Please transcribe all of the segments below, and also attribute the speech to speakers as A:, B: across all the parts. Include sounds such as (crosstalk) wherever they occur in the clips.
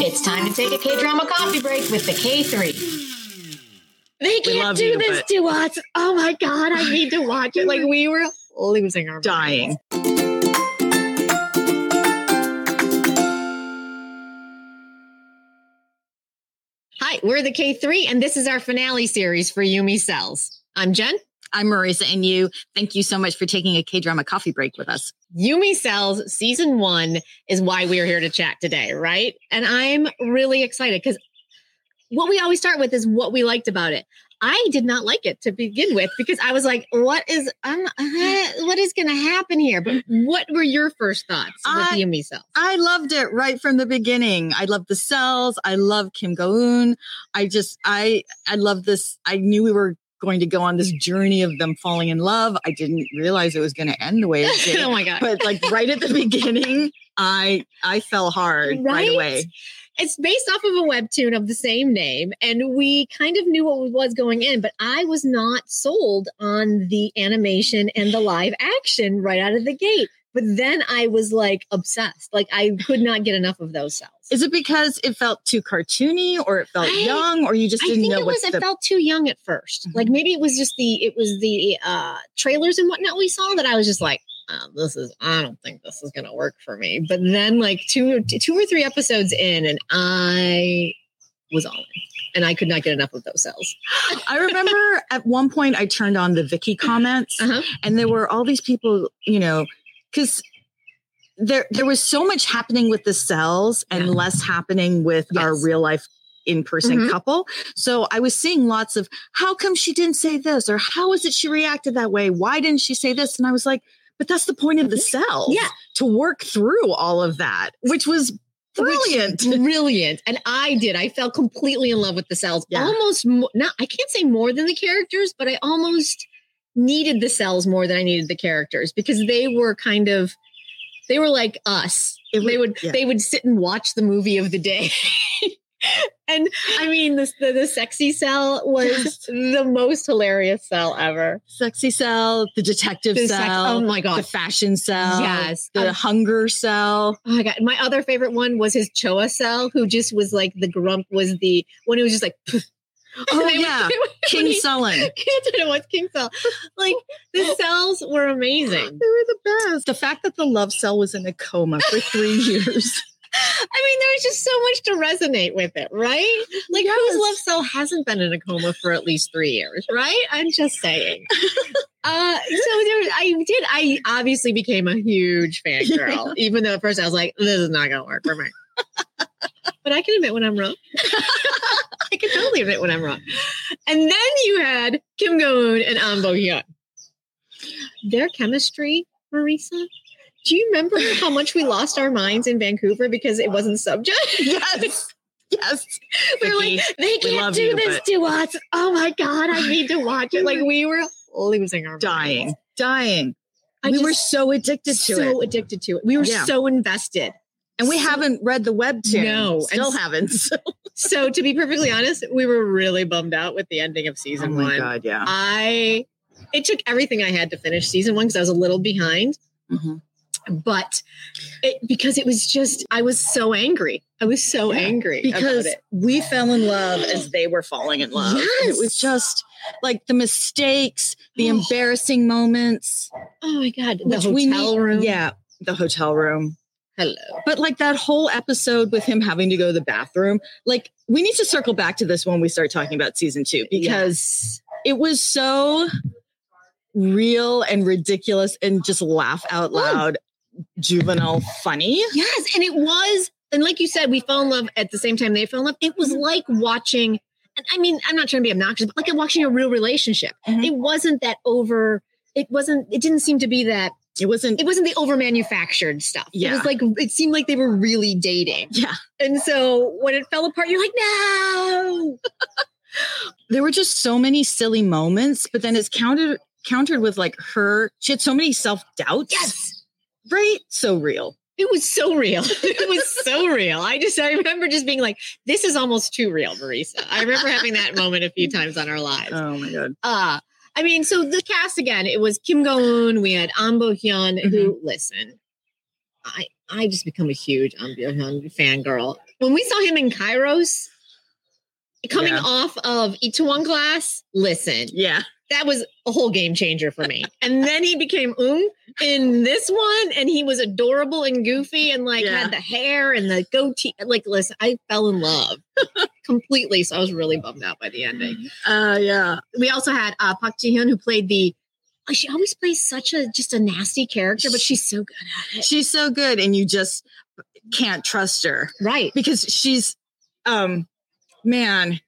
A: It's time to take a K drama coffee break with the K3.
B: They
C: We
B: can't
C: love
B: do
C: you,
B: this
C: but-
B: to us. Oh my god, I need to watch it. Like we were losing our
C: Dying.
B: minds. Hi, we're the K3, and this is our finale series for Yumi Cells. I'm Jen.
C: I'm Marisa, and you. Thank you so much for taking a K drama coffee break with us.
B: Yumi Cells season one is why we are here to chat today, right? And I'm really excited because what we always start with is what we liked about it. I did not like it to begin with because I was like, what is um, uh, what is going to happen
C: (laughs)
B: here? But what were your first thoughts with
C: I-
B: Yumi Cells?
C: I loved it right from the beginning. I love the cells. I love Kim Go Eun. I just I I love this. I knew we were going to go on this journey of them falling in love. I didn't realize it was going to end the way it
B: (laughs)
A: (laughs)
B: oh
C: did.
B: my god!
C: but like right at the beginning, I I fell hard right,
B: Right?
C: away.
B: It's based off of a webtoon of the same name, and we kind of knew what was going in, but I was not sold on the animation and the live action right out of the gate. But then I was like obsessed. Like I could not get enough of those cells.
C: Is it because it felt too cartoony, or it felt
B: I-
C: young, or you just
B: I
C: didn't
B: think
C: know
B: it
C: what
B: was. I
C: the Mm-hmm.
B: felt too young at 1st Like maybe it was just the it was the uh trailers and whatnot we saw that I was just like, um, this is. I don't think this is gonna work for me. But then like two two or three episodes in, and I was all in, and I could not get enough of those cells.
C: I remember at one point I turned on the Vicky comments
B: Uh-huh.
C: and there were all these people, you know, because there there was so much happening with the cells and
B: Yeah.
C: less happening with our
B: Yes.
C: real life in-person
B: Mhm.
C: couple. So I was seeing lots of how come she didn't say this or how is it she reacted that way? Why didn't she say this? And I was like, but that's the point of the cells
B: Yeah.
C: to work through all of that, which was brilliant. (laughs)
B: Brilliant. And I did. I fell completely in love with the cells.
C: Yeah.
B: Almost mo- not I can't say more than the characters, but I almost needed the cells more than I needed the characters because they were kind of they were like us.
C: It
B: they
C: would-
B: would
C: yeah.
B: they would sit and watch the movie of the day. (laughs) and I mean the, the the sexy cell was
C: Yes.
B: the most hilarious cell ever.
C: Sexy cell, the detective
B: The sex- oh
C: cell,
B: my
C: the
B: god.
C: fashion cell.
B: Yes.
C: the hunger
B: (laughs)
C: cell.
B: Oh my god! My other favorite one was his Choa cell, who just was like the grump was the one who was just like. (laughs)
C: Oh,
B: They would- (laughs)
C: yeah.
B: they would-
C: King
B: when he-
C: Sullen.
B: That's what it was, King cell. Like
C: (laughs)
B: the cells were amazing.
C: the best. The fact that the love cell was in a coma for
B: (laughs)
C: three years.
B: I mean, there was just so much to resonate with it, right? Like
C: Yes.
B: whose love cell hasn't been in a coma for at least three years, right? I'm just saying. Uh, so there, I did. I obviously became a huge fan girl, even though at first I was like, "This is not going to work for me." but I can admit when I'm wrong. (laughs) I can totally admit when I'm wrong. And then you had Kim Go Eun and Ambo Hyun. Their chemistry, Marisa. Do you remember how much we lost our minds in Vancouver because it wasn't
C: (laughs)
B: subject?
C: yes. Yes.
B: we were like, they can't
C: love
B: do
C: you,
B: this
C: but-
B: to us. Oh my God, I need to watch it. Like we were losing our minds.
C: Dying. Dying.
B: I
C: we
B: just-
C: were so addicted to
B: so
C: it.
B: addicted to it. We were
C: Yeah.
B: so invested.
C: And we
B: so-
C: haven't read the webtoon.
B: No,
C: Still
B: and- (laughs)
C: haven't.
B: So to be perfectly honest, we were really bummed out with the ending of season one.
C: Oh God. Yeah.
B: I it took everything I had to finish season one because I was a little behind,
C: Mhm.
B: but it, because it was just I was so angry. I was so
C: Yeah,
B: angry
C: Because
B: about it.
C: we fell in love as they were falling in love. And It was
B: Yes.
C: just like the mistakes, the
B: (gasps) Oh.
C: embarrassing moments,
B: Oh my god, the
C: which
B: hotel
C: we need-
B: room.
C: Yeah. The hotel room.
B: hello.
C: But like that whole episode with him having to go to the bathroom, like we need to circle back to this when we start talking about season two because it was so real and ridiculous and just laugh out loud, juvenile funny.
B: Yes, and it was, and like you said, we fell in love at the same time they fell in love. It was like watching, and I mean, I'm not trying to be obnoxious, but like watching a real relationship.
C: Mhm.
B: It wasn't that over. It wasn't. It didn't seem to be that.
C: It wasn't,
B: It wasn't the over manufactured stuff. It
C: Yeah.
B: was like it seemed like they were really dating.
C: yeah,
B: And so when it fell apart, you're like, no.
C: there were just so many silly moments, but then it's countered countered with like her she had so many self-doubts
B: Yes.
C: right so real
B: It was so real. (laughs) It was so real. I just I remember just being like, this is almost too real, Marisa. I remember having that moment a few times on our lives.
C: oh my god
B: uh I mean, so the cast again, it was Kim Go Eun, we had Ambo Hyun, who listen, I I just become a huge Umbion fangirl. When we saw him in Kairos, coming
C: Yeah.
B: off of Itaewon class, listen,
C: Yeah.
B: that was a whole game changer for me. and then he became Um in this one, and he was adorable and goofy and like
C: Yeah.
B: had the hair and the goatee. Like, listen, I fell
C: (laughs)
B: in love completely. So I was really bummed out by the ending
C: Uh, yeah.
B: we also had uh, Park Ji Hyun who played the. oh, She always plays such a just a nasty character, but she's so good at it.
C: She's so good, and you just can't trust her
B: Right.
C: because she's, um, man,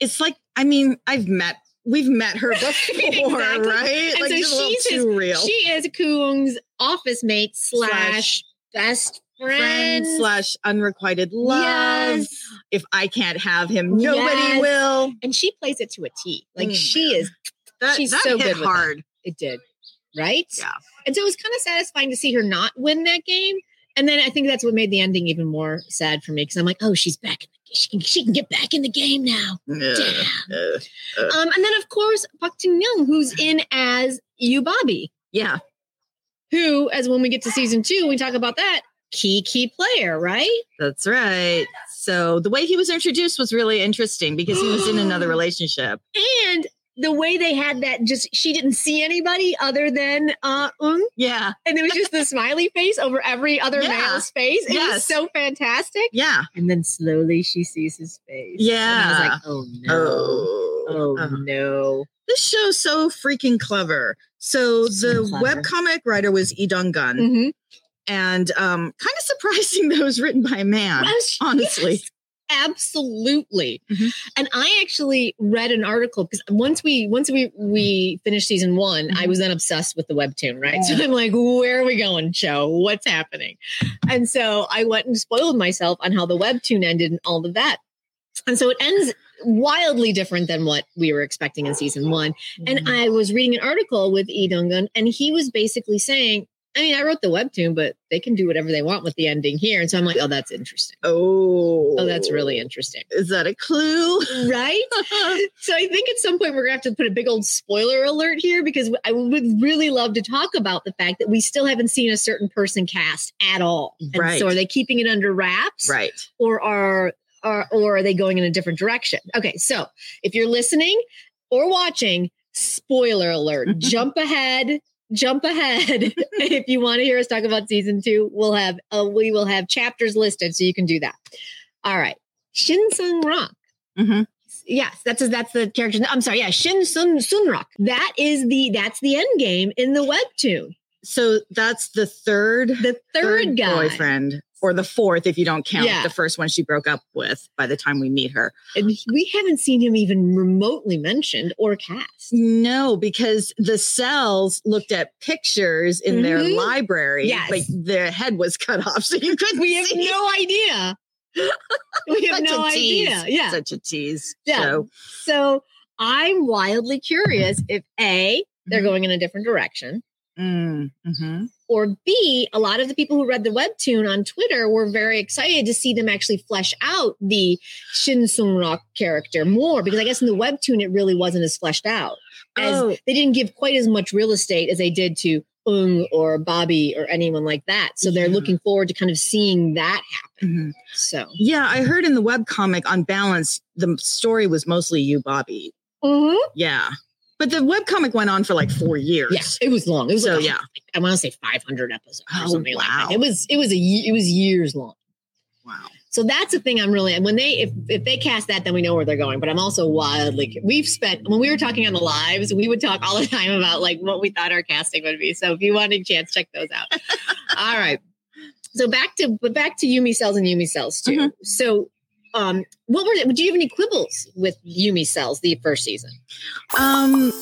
C: it's like I mean I've met we've met
B: (laughs)
C: her before,
B: Exactly.
C: right?
B: And
C: like
B: so
C: she's a little
B: she's his-
C: too real.
B: She is Kung's office mate slash best friend
C: Friend slash unrequited love.
B: Yes.
C: If I can't have him, nobody
B: Yes.
C: will.
B: And she plays it to a T. Like
C: Mm.
B: she is.
C: That,
B: She's
C: that
B: so
C: hit
B: good with
C: hard.
B: It did. Right.
C: Yeah.
B: And so it was kind of satisfying to see her not win that game. And then I think that's what made the ending even more sad for me because I'm like, oh, she's back. In the, she can she can get back in the game now. Damn.
C: Uh,
B: Um, and then of course Park Jin Young, who's in as you Bobby,
C: yeah.
B: who, as when we get to season two, we talk about that key key player, right?
C: That's right. So the way he was introduced was really interesting because he was in
B: (gasps)
C: another relationship.
B: And the way they had that, just she didn't see anybody other than uh Eun,
C: Yeah.
B: and it was just the smiley face over every other
C: Yeah.
B: male's face. It was
C: Yes.
B: so fantastic.
C: Yeah.
B: And then slowly she sees his face. and I was like, oh no, oh,
C: Uh-huh.
B: no,
C: This show's so freaking clever. So
B: So
C: the
B: clever.
C: webcomic writer was Idong Gun
B: Mhm.
C: and um, kind of surprising (laughs) that it was written by a man.
B: I was-
C: Honestly.
B: Yes, absolutely.
C: Mhm.
B: And I actually read an article because once we once we we finished season one, I
C: Mhm.
B: was then obsessed with the webtoon, right? So I'm like, where are we going, show? What's happening? And so I went and spoiled myself on how the webtoon ended and all of that. And so it ends wildly different than what we were expecting in season one.
C: Mm-hmm.
B: And I was reading an article with E. Dungan, and he was basically saying, I mean, I wrote the webtoon, but they can do whatever they want with the ending here. And so I'm like, oh, that's interesting.
C: oh.
B: Oh, that's really interesting.
C: Is that a
B: (laughs)
C: clue? (laughs)
B: Right? So I think at some point we're going to have to put a big old spoiler alert here because I would really love to talk about the fact that we still haven't seen a certain person cast at all. And
C: Right.
B: So are they keeping it under wraps?
C: right.
B: or are are or are they going in a different direction? Okay, so if you're listening or watching, spoiler alert, jump ahead, jump ahead. (laughs) if you want to hear us talk about season two, we'll have uh, we will have chapters listed, so you can do that. All right, Shin Sung Rock.
C: Mhm.
B: Yes, that's his, that's the character. I'm sorry. Yeah, Shin Sun Sunrock. That is the that's the end game in the webtoon.
C: So that's the third
B: The third, guy.
C: boyfriend or the fourth if you don't count
B: Yeah.
C: the first one she broke up with by the time we meet her
B: And we haven't seen him even remotely mentioned or cast.
C: no because the cells looked at pictures in their
B: Mhm.
C: library
B: Yes.
C: but their head was cut off so you couldn't
B: We have
C: see
B: no
C: (laughs)
B: idea. We have
C: Such
B: no
C: a tease.
B: idea. Yeah.
C: such a tease
B: Yeah.
C: so
B: So I'm wildly curious if A, they're
C: Mhm.
B: going in a different direction,
C: mm, mhm.
B: or B, a lot of the people who read the webtoon on Twitter were very excited to see them actually flesh out the Shin Sung Rock character more because I guess in the webtoon it really wasn't as fleshed out. As
C: oh
B: they didn't give quite as much real estate as they did to Ung or Bobby or anyone like that. So they're
C: Yeah.
B: looking forward to kind of seeing that happen.
C: mhm.
B: So
C: yeah i heard in the webcomic on balance the story was mostly you bobby yeah but the webcomic went on for like four years
B: Yes, it was long. It was
C: so
B: like,
C: yeah
B: I want to say 500 episodes or
C: Oh,
B: something like
C: wow.
B: that. It was it was a ye- it was years long.
C: wow
B: So that's the thing I'm really when they if if they cast that then we know where they're going. But I'm also wildly cu- we've spent when we were talking on the lives we would talk all the time about like what we thought our casting would be. So if you want a chance, check those
C: (laughs)
B: out. all right. So back to but back to Yumi cells and Yumi cells too.
C: Mhm.
B: So um what were the- do you have any quibbles with Yumi cells the first season?
C: um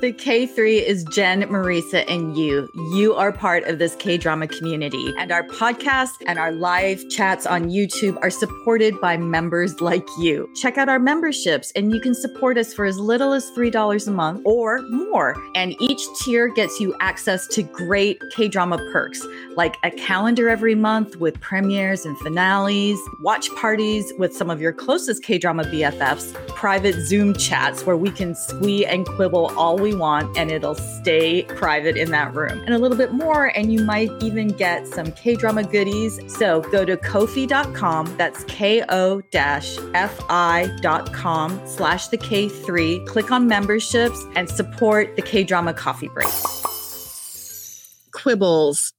D: The K3 is Jen, Marisa, and you. You are part of this K drama community, and our podcast and our live chats on YouTube are supported by members like you. Check out our memberships, and you can support us for as little as $3 a month or more. And each tier gets you access to great K drama perks like a calendar every month with premieres and finales, watch parties with some of your closest K drama BFFs, private Zoom chats where we can squee and quibble all we want and it'll stay private in that room. And a little bit more, and you might even get some K drama goodies. So go to kofi.com, that's K O fi.com slash the K3. Click on memberships and support the K drama coffee break.
C: quibbles.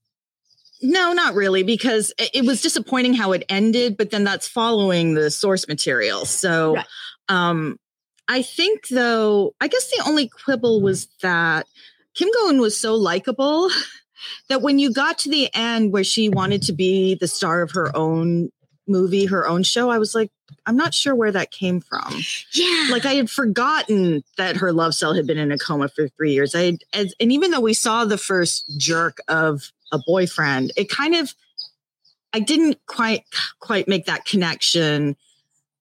C: No, not really, because i- it was disappointing how it ended, but then that's following the source material. So
B: Right.
C: um I think though, I guess the only quibble was that Kim Goen was so likable (laughs) that when you got to the end where she wanted to be the star of her own movie, her own show, I was like, I'm not sure where that came from
B: Yeah.
C: like I had forgotten that her love cell had been in a coma for three years. I had, as, and even though we saw the first jerk of a boyfriend, it kind of I didn't quite quite make that connection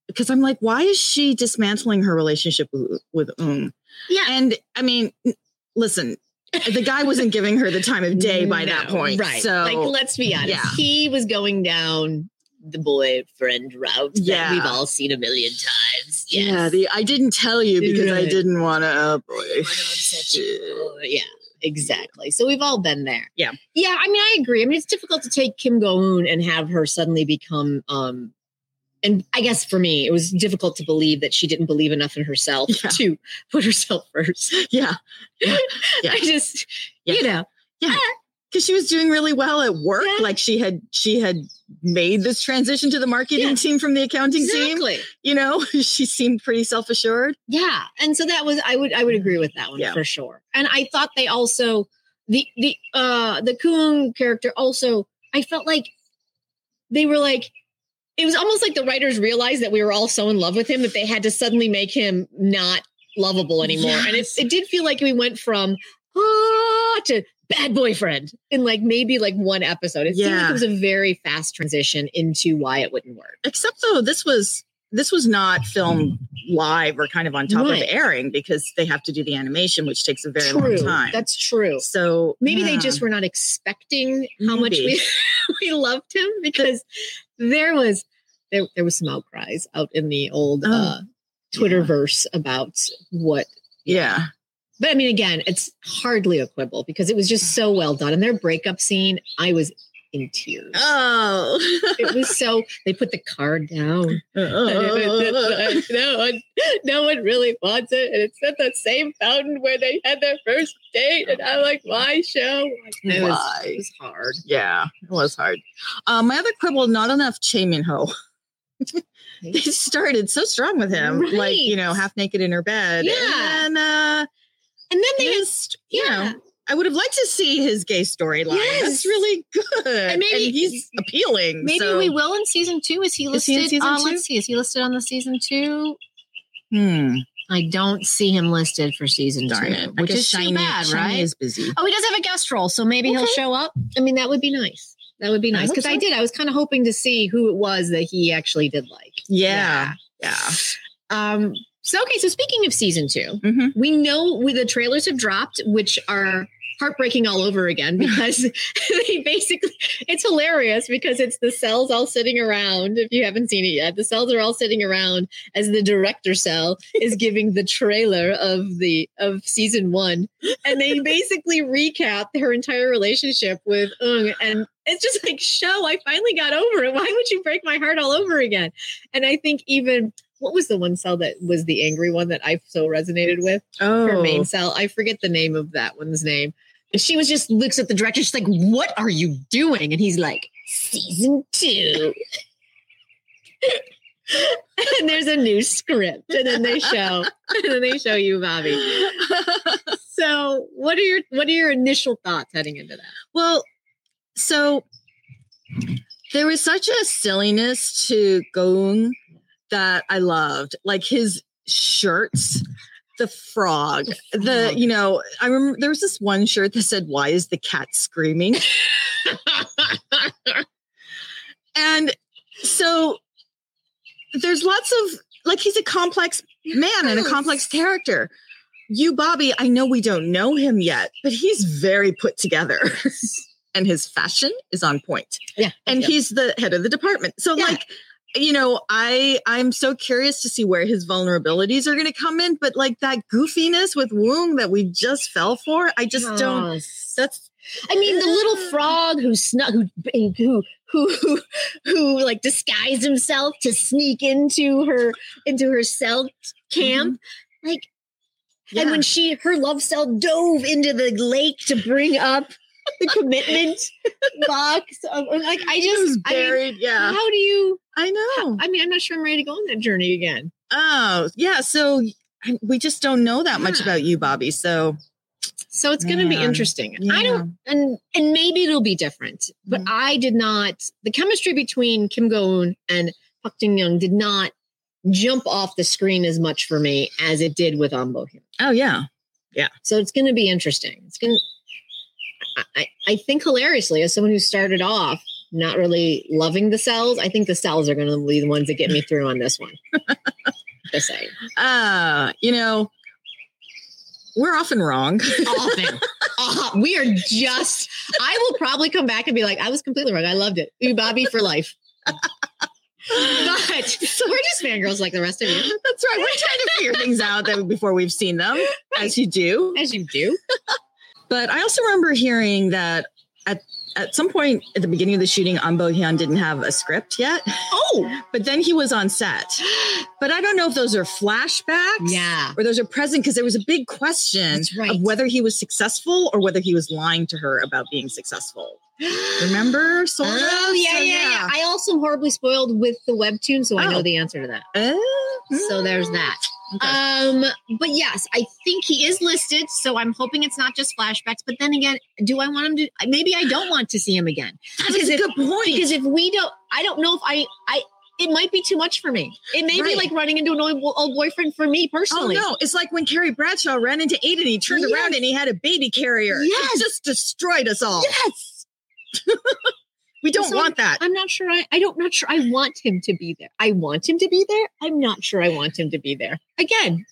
C: because I'm like, why is she dismantling her relationship with, with Um?
B: Yeah.
C: and I mean, n- listen, the guy wasn't giving her the time of day by that
B: No,
C: point,
B: Right.
C: So
B: like let's be honest.
C: yeah.
B: He was going down the boyfriend route
C: Yeah.
B: that we've all seen a million times. Yes.
C: yeah, the I didn't tell you because I
B: Right.
C: didn't want to. Oh
B: I
C: boy,
B: know it's such a- yeah, exactly. So we've all been there.
C: Yeah.
B: Yeah, I mean, I agree. I mean, it's difficult to take Kim Go-un and have her suddenly become um and I guess for me, it was difficult to believe that she didn't believe enough in herself
C: Yeah.
B: to put herself first.
C: (laughs) yeah. Yeah.
B: (laughs) I just,
C: Yeah.
B: you know,
C: because she was doing really well at work
B: Yeah.
C: like she had she had made this transition to the marketing
B: Yeah.
C: team from the accounting team
B: exactly.
C: you know (laughs) she seemed pretty self-assured
B: Yeah, and so that was I would I would agree with that one
C: Yeah.
B: for sure. And I thought they also the the uh the Kuhn character also I felt like they were like it was almost like the writers realized that we were all so in love with him that they had to suddenly make him not lovable anymore. And it
C: Yes.
B: it did feel like we went from ah to bad boyfriend in like maybe like one episode. It seemed like
C: Yeah.
B: it was a very fast transition into why it wouldn't work.
C: except though this was this was not filmed live or kind of on top
B: Right.
C: of airing because they have to do the animation which takes a very
B: true.
C: long time
B: That's true.
C: so
B: maybe they
C: yeah.
B: just were not expecting how much
C: Maybe.
B: we (laughs) we loved him because there was there there was some outcries out in the old
C: Oh,
B: uh, Twitterverse about what. (laughs)
C: yeah
B: But I mean, again, it's hardly a quibble because it was just so well done. And their breakup scene, I was in tears.
C: (laughs)
B: (laughs)
C: oh
B: It was so they put the card (laughs) down. no one, no one really wants it, and it's at that same fountain where they had their first date. And I'm like, why show? It was,
C: Why?
B: it was hard.
C: yeah it was hard uh, my other quibble not enough che min ho (laughs) they started so strong with him, like you know,
B: Right.
C: half naked in her bed.
B: Yeah.
C: and uh,
B: And then they had,
C: his, you
B: yeah.
C: know, I would have liked to see his gay storyline. That's
B: Yes.
C: really good, and,
A: maybe-
C: he's appealing.
A: Maybe
C: so-
A: we will in season two. Is he
C: Is
A: listed?
C: he in season
A: uh,
C: two?
A: Let's see. Is he listed on the season two?
C: Hmm,
A: I don't see him listed for season
C: darn
A: two,
C: it! I
A: which
C: guess
A: is too
C: Shiny-
A: bad,
C: Shiny
A: right?
C: Is busy.
A: Oh, he does have a guest role, so maybe he'll
B: Okay.
A: show up.
B: I mean, that would be nice. That would be
C: I
B: nice
C: hope
B: because I
C: so.
B: did. I was kind of hoping to see who it was that he actually did like.
C: Yeah, yeah.
B: Um. So okay. So speaking of season two,
C: Mhm.
B: we know we, the trailers have dropped, which are heartbreaking all over again because (laughs) they basically it's hilarious because it's the cells all sitting around if you haven't seen it yet the cells are all sitting around as the director cell is giving the trailer of the of season one and they basically recap her entire relationship with Ung and it's just like show I finally got over it why would you break my heart all over again and I think even what was the one cell that was the angry one that I so resonated with
C: Oh,
B: her main cell. I forget the name of that one's name. And she was just looks at the director. She's like, "What are you doing?" And he's like, "Season two. (laughs) and there's a new script, and then they show, (laughs) and then they show you Bobby.
C: Oh.
B: So, what are your what are your initial thoughts heading into that?
C: Well, so there was such a silliness to Goong that I loved, like his shirts, the frog, the you know. I remember there was this one shirt that said, "Why is the cat screaming?" and so there's lots of like he's a complex man and a
B: Yes.
C: complex character. You, Bobby, I know we don't know him yet, but he's very put together. and his fashion is on point.
B: yeah,
C: And
B: yeah.
C: he's the head of the department. So
B: Yeah.
C: like you know, I I'm so curious to see where his vulnerabilities are going to come in, but like that goofiness with Woong that we just fell for, I just don't.
B: Yes.
C: That's
B: I mean,
C: (laughs)
B: the little frog who snuck, who who who (laughs) who like disguised himself to sneak into her into her cell camp, like.
C: Mm-hmm. Yeah.
B: And when she her love cell dove into the lake to bring up
C: (laughs)
B: the commitment box, of, like I
C: it was
B: just I mean,
C: buried. yeah,
B: how do you?
C: I know.
B: I mean, I'm not sure I'm ready to go on that journey again.
C: Oh, yeah. So I- we just don't know that much
B: Yeah.
C: about you, Bobby. So
B: So it's going to be
C: Man.
B: interesting. I don't, and and maybe it'll be different. But
C: Mhm.
B: I did not. The chemistry between Kim Go Eun and Park Jin Young did not jump off the screen as much for me as it did with Ambo here.
C: Oh yeah.
B: So it's going to be interesting. It's going. to I I think hilariously, as someone who started off not really loving the cells, I think the cells are going to be the ones that get me through on this one. (laughs) Just saying.
C: Uh, you know, we're often wrong.
B: often. Uh, we are just. I will probably come back and be like, I was completely wrong. I loved it. You Bobby for life. But we're just fangirls like the rest of you,
C: (laughs) That's right. We're trying to figure things out that before we've seen
B: (laughs)
C: them, as you do.
B: as you do.
C: But I also remember hearing that at at some point at the beginning of the shooting, Ambo Hyun didn't have a script yet. Oh, but then he was on set. But I don't know if those are flashbacks.
B: Yeah.
C: Or those are present because there was a big question
B: That's right.
C: of whether he was successful or whether he was lying to her about being successful. Remember? Sort of?
B: Oh yeah, yeah,
C: So,
B: yeah, I also am horribly spoiled with the webtoon, so I
C: Oh.
B: know the answer to that.
C: Oh,
B: So
C: mm,
B: there's that.
C: okay.
B: Um, but yes, I think he is listed, so I'm hoping it's not just flashbacks. But then again, do I want him to? Maybe I don't want to see him again.
C: that
B: because
C: is a
B: if-
C: good point.
B: because if we don't i don't know if i i it might be too much for me it may
C: Right.
B: be like running into an old, old boyfriend for me
C: Oh
B: personally
C: no! It's like when Carrie Bradshaw ran into Aiden, he turned
B: Yes.
C: around and he had a baby carrier. It
B: Yes.
C: just destroyed us all.
B: yes
C: We don't
B: So-
C: want that.
B: i'm not sure i i don't not sure i want him to be there i want him to be there i'm not sure i want him to be there again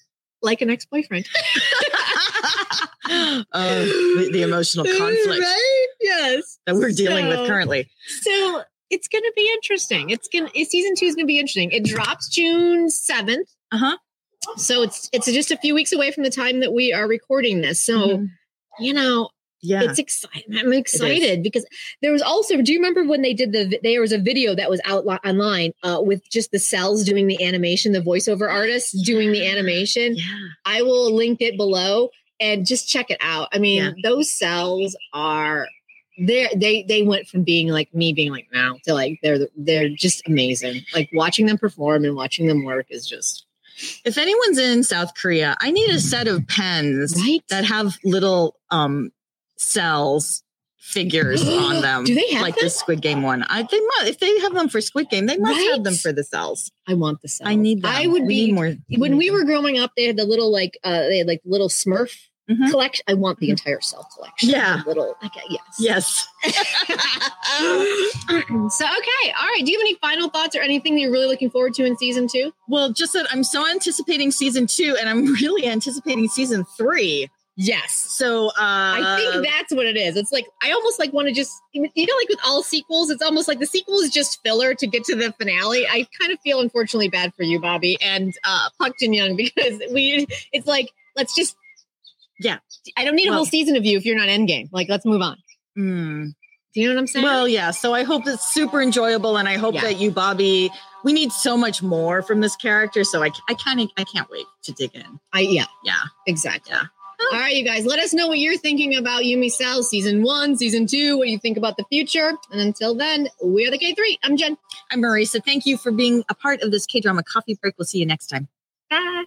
B: like an ex-boyfriend
C: oh, the, the
B: (gasps)
C: emotional conflict
B: right yes
C: that we're dealing with
B: So-
C: currently.
B: so it's gonna be interesting it's gonna it's, season two is gonna be interesting it drops june 7th
C: Uh huh.
B: so it's it's just a few weeks away from the time that we are recording this so
C: Mm-hmm.
B: you know
C: yeah.
B: It's exciting. I'm excited because there was also. Do you remember when they did the? vi- There was a video that was out li- online uh, with just the cells doing the animation, the voiceover artist doing the animation.
C: yeah.
B: I will link it below and just check it out. I mean,
C: Yeah.
B: those cells are they they they went from being like me being like now to like they're they're just amazing. Like watching them perform and watching them work is just
C: If anyone's in South Korea, I need a set of pens
B: right.
C: that have little um cells
B: (gasps)
C: figures on them.
B: Do they have
C: like
B: them?
C: this Squid Game one? I they must if they have them for Squid Game, they must have
B: Right?
C: them for the cells.
B: I want the cells.
C: I need them.
B: I would
C: We
B: be
C: need more
B: when we were growing up, they had the little like uh they had like little Smurf
C: Mhm.
B: collection. I want the entire cell collection.
C: Yeah.
B: The little okay, yes.
C: Yes.
B: (laughs) So okay, all right. Do you have any final thoughts or anything that you're really looking forward to in season two?
C: Well, just that I'm so anticipating season two and I'm (laughs) really anticipating season three.
B: Yes.
C: So uh
B: I think that's what it is. It's like I almost like want to just you know like with all sequels, it's almost like the sequel is just filler to get to the finale. I kind of feel unfortunately bad for you, Bobby, and uh Puck Jin Young (laughs) because we it's like let's just
C: Yeah.
B: I don't need a
C: Well-
B: whole season of you if you're not Endgame. Like let's move on.
C: Mm.
B: Do you know what I'm saying?
C: Well, yeah. So I hope it's super enjoyable, and I hope
B: Yeah.
C: that you, Bobby, we need so much more from this character. So I, I kind of, I can't wait to dig in.
B: I yeah,
C: Yeah.
B: exactly.
C: Yeah.
B: All right, you guys, let us know what you're thinking about Yumi Cell season one, season two, what you think about the future. And until then, we are the K3. I'm Jen.
C: I'm Marisa. Thank you for being a part of this K drama coffee break. We'll see you next time.
B: Bye.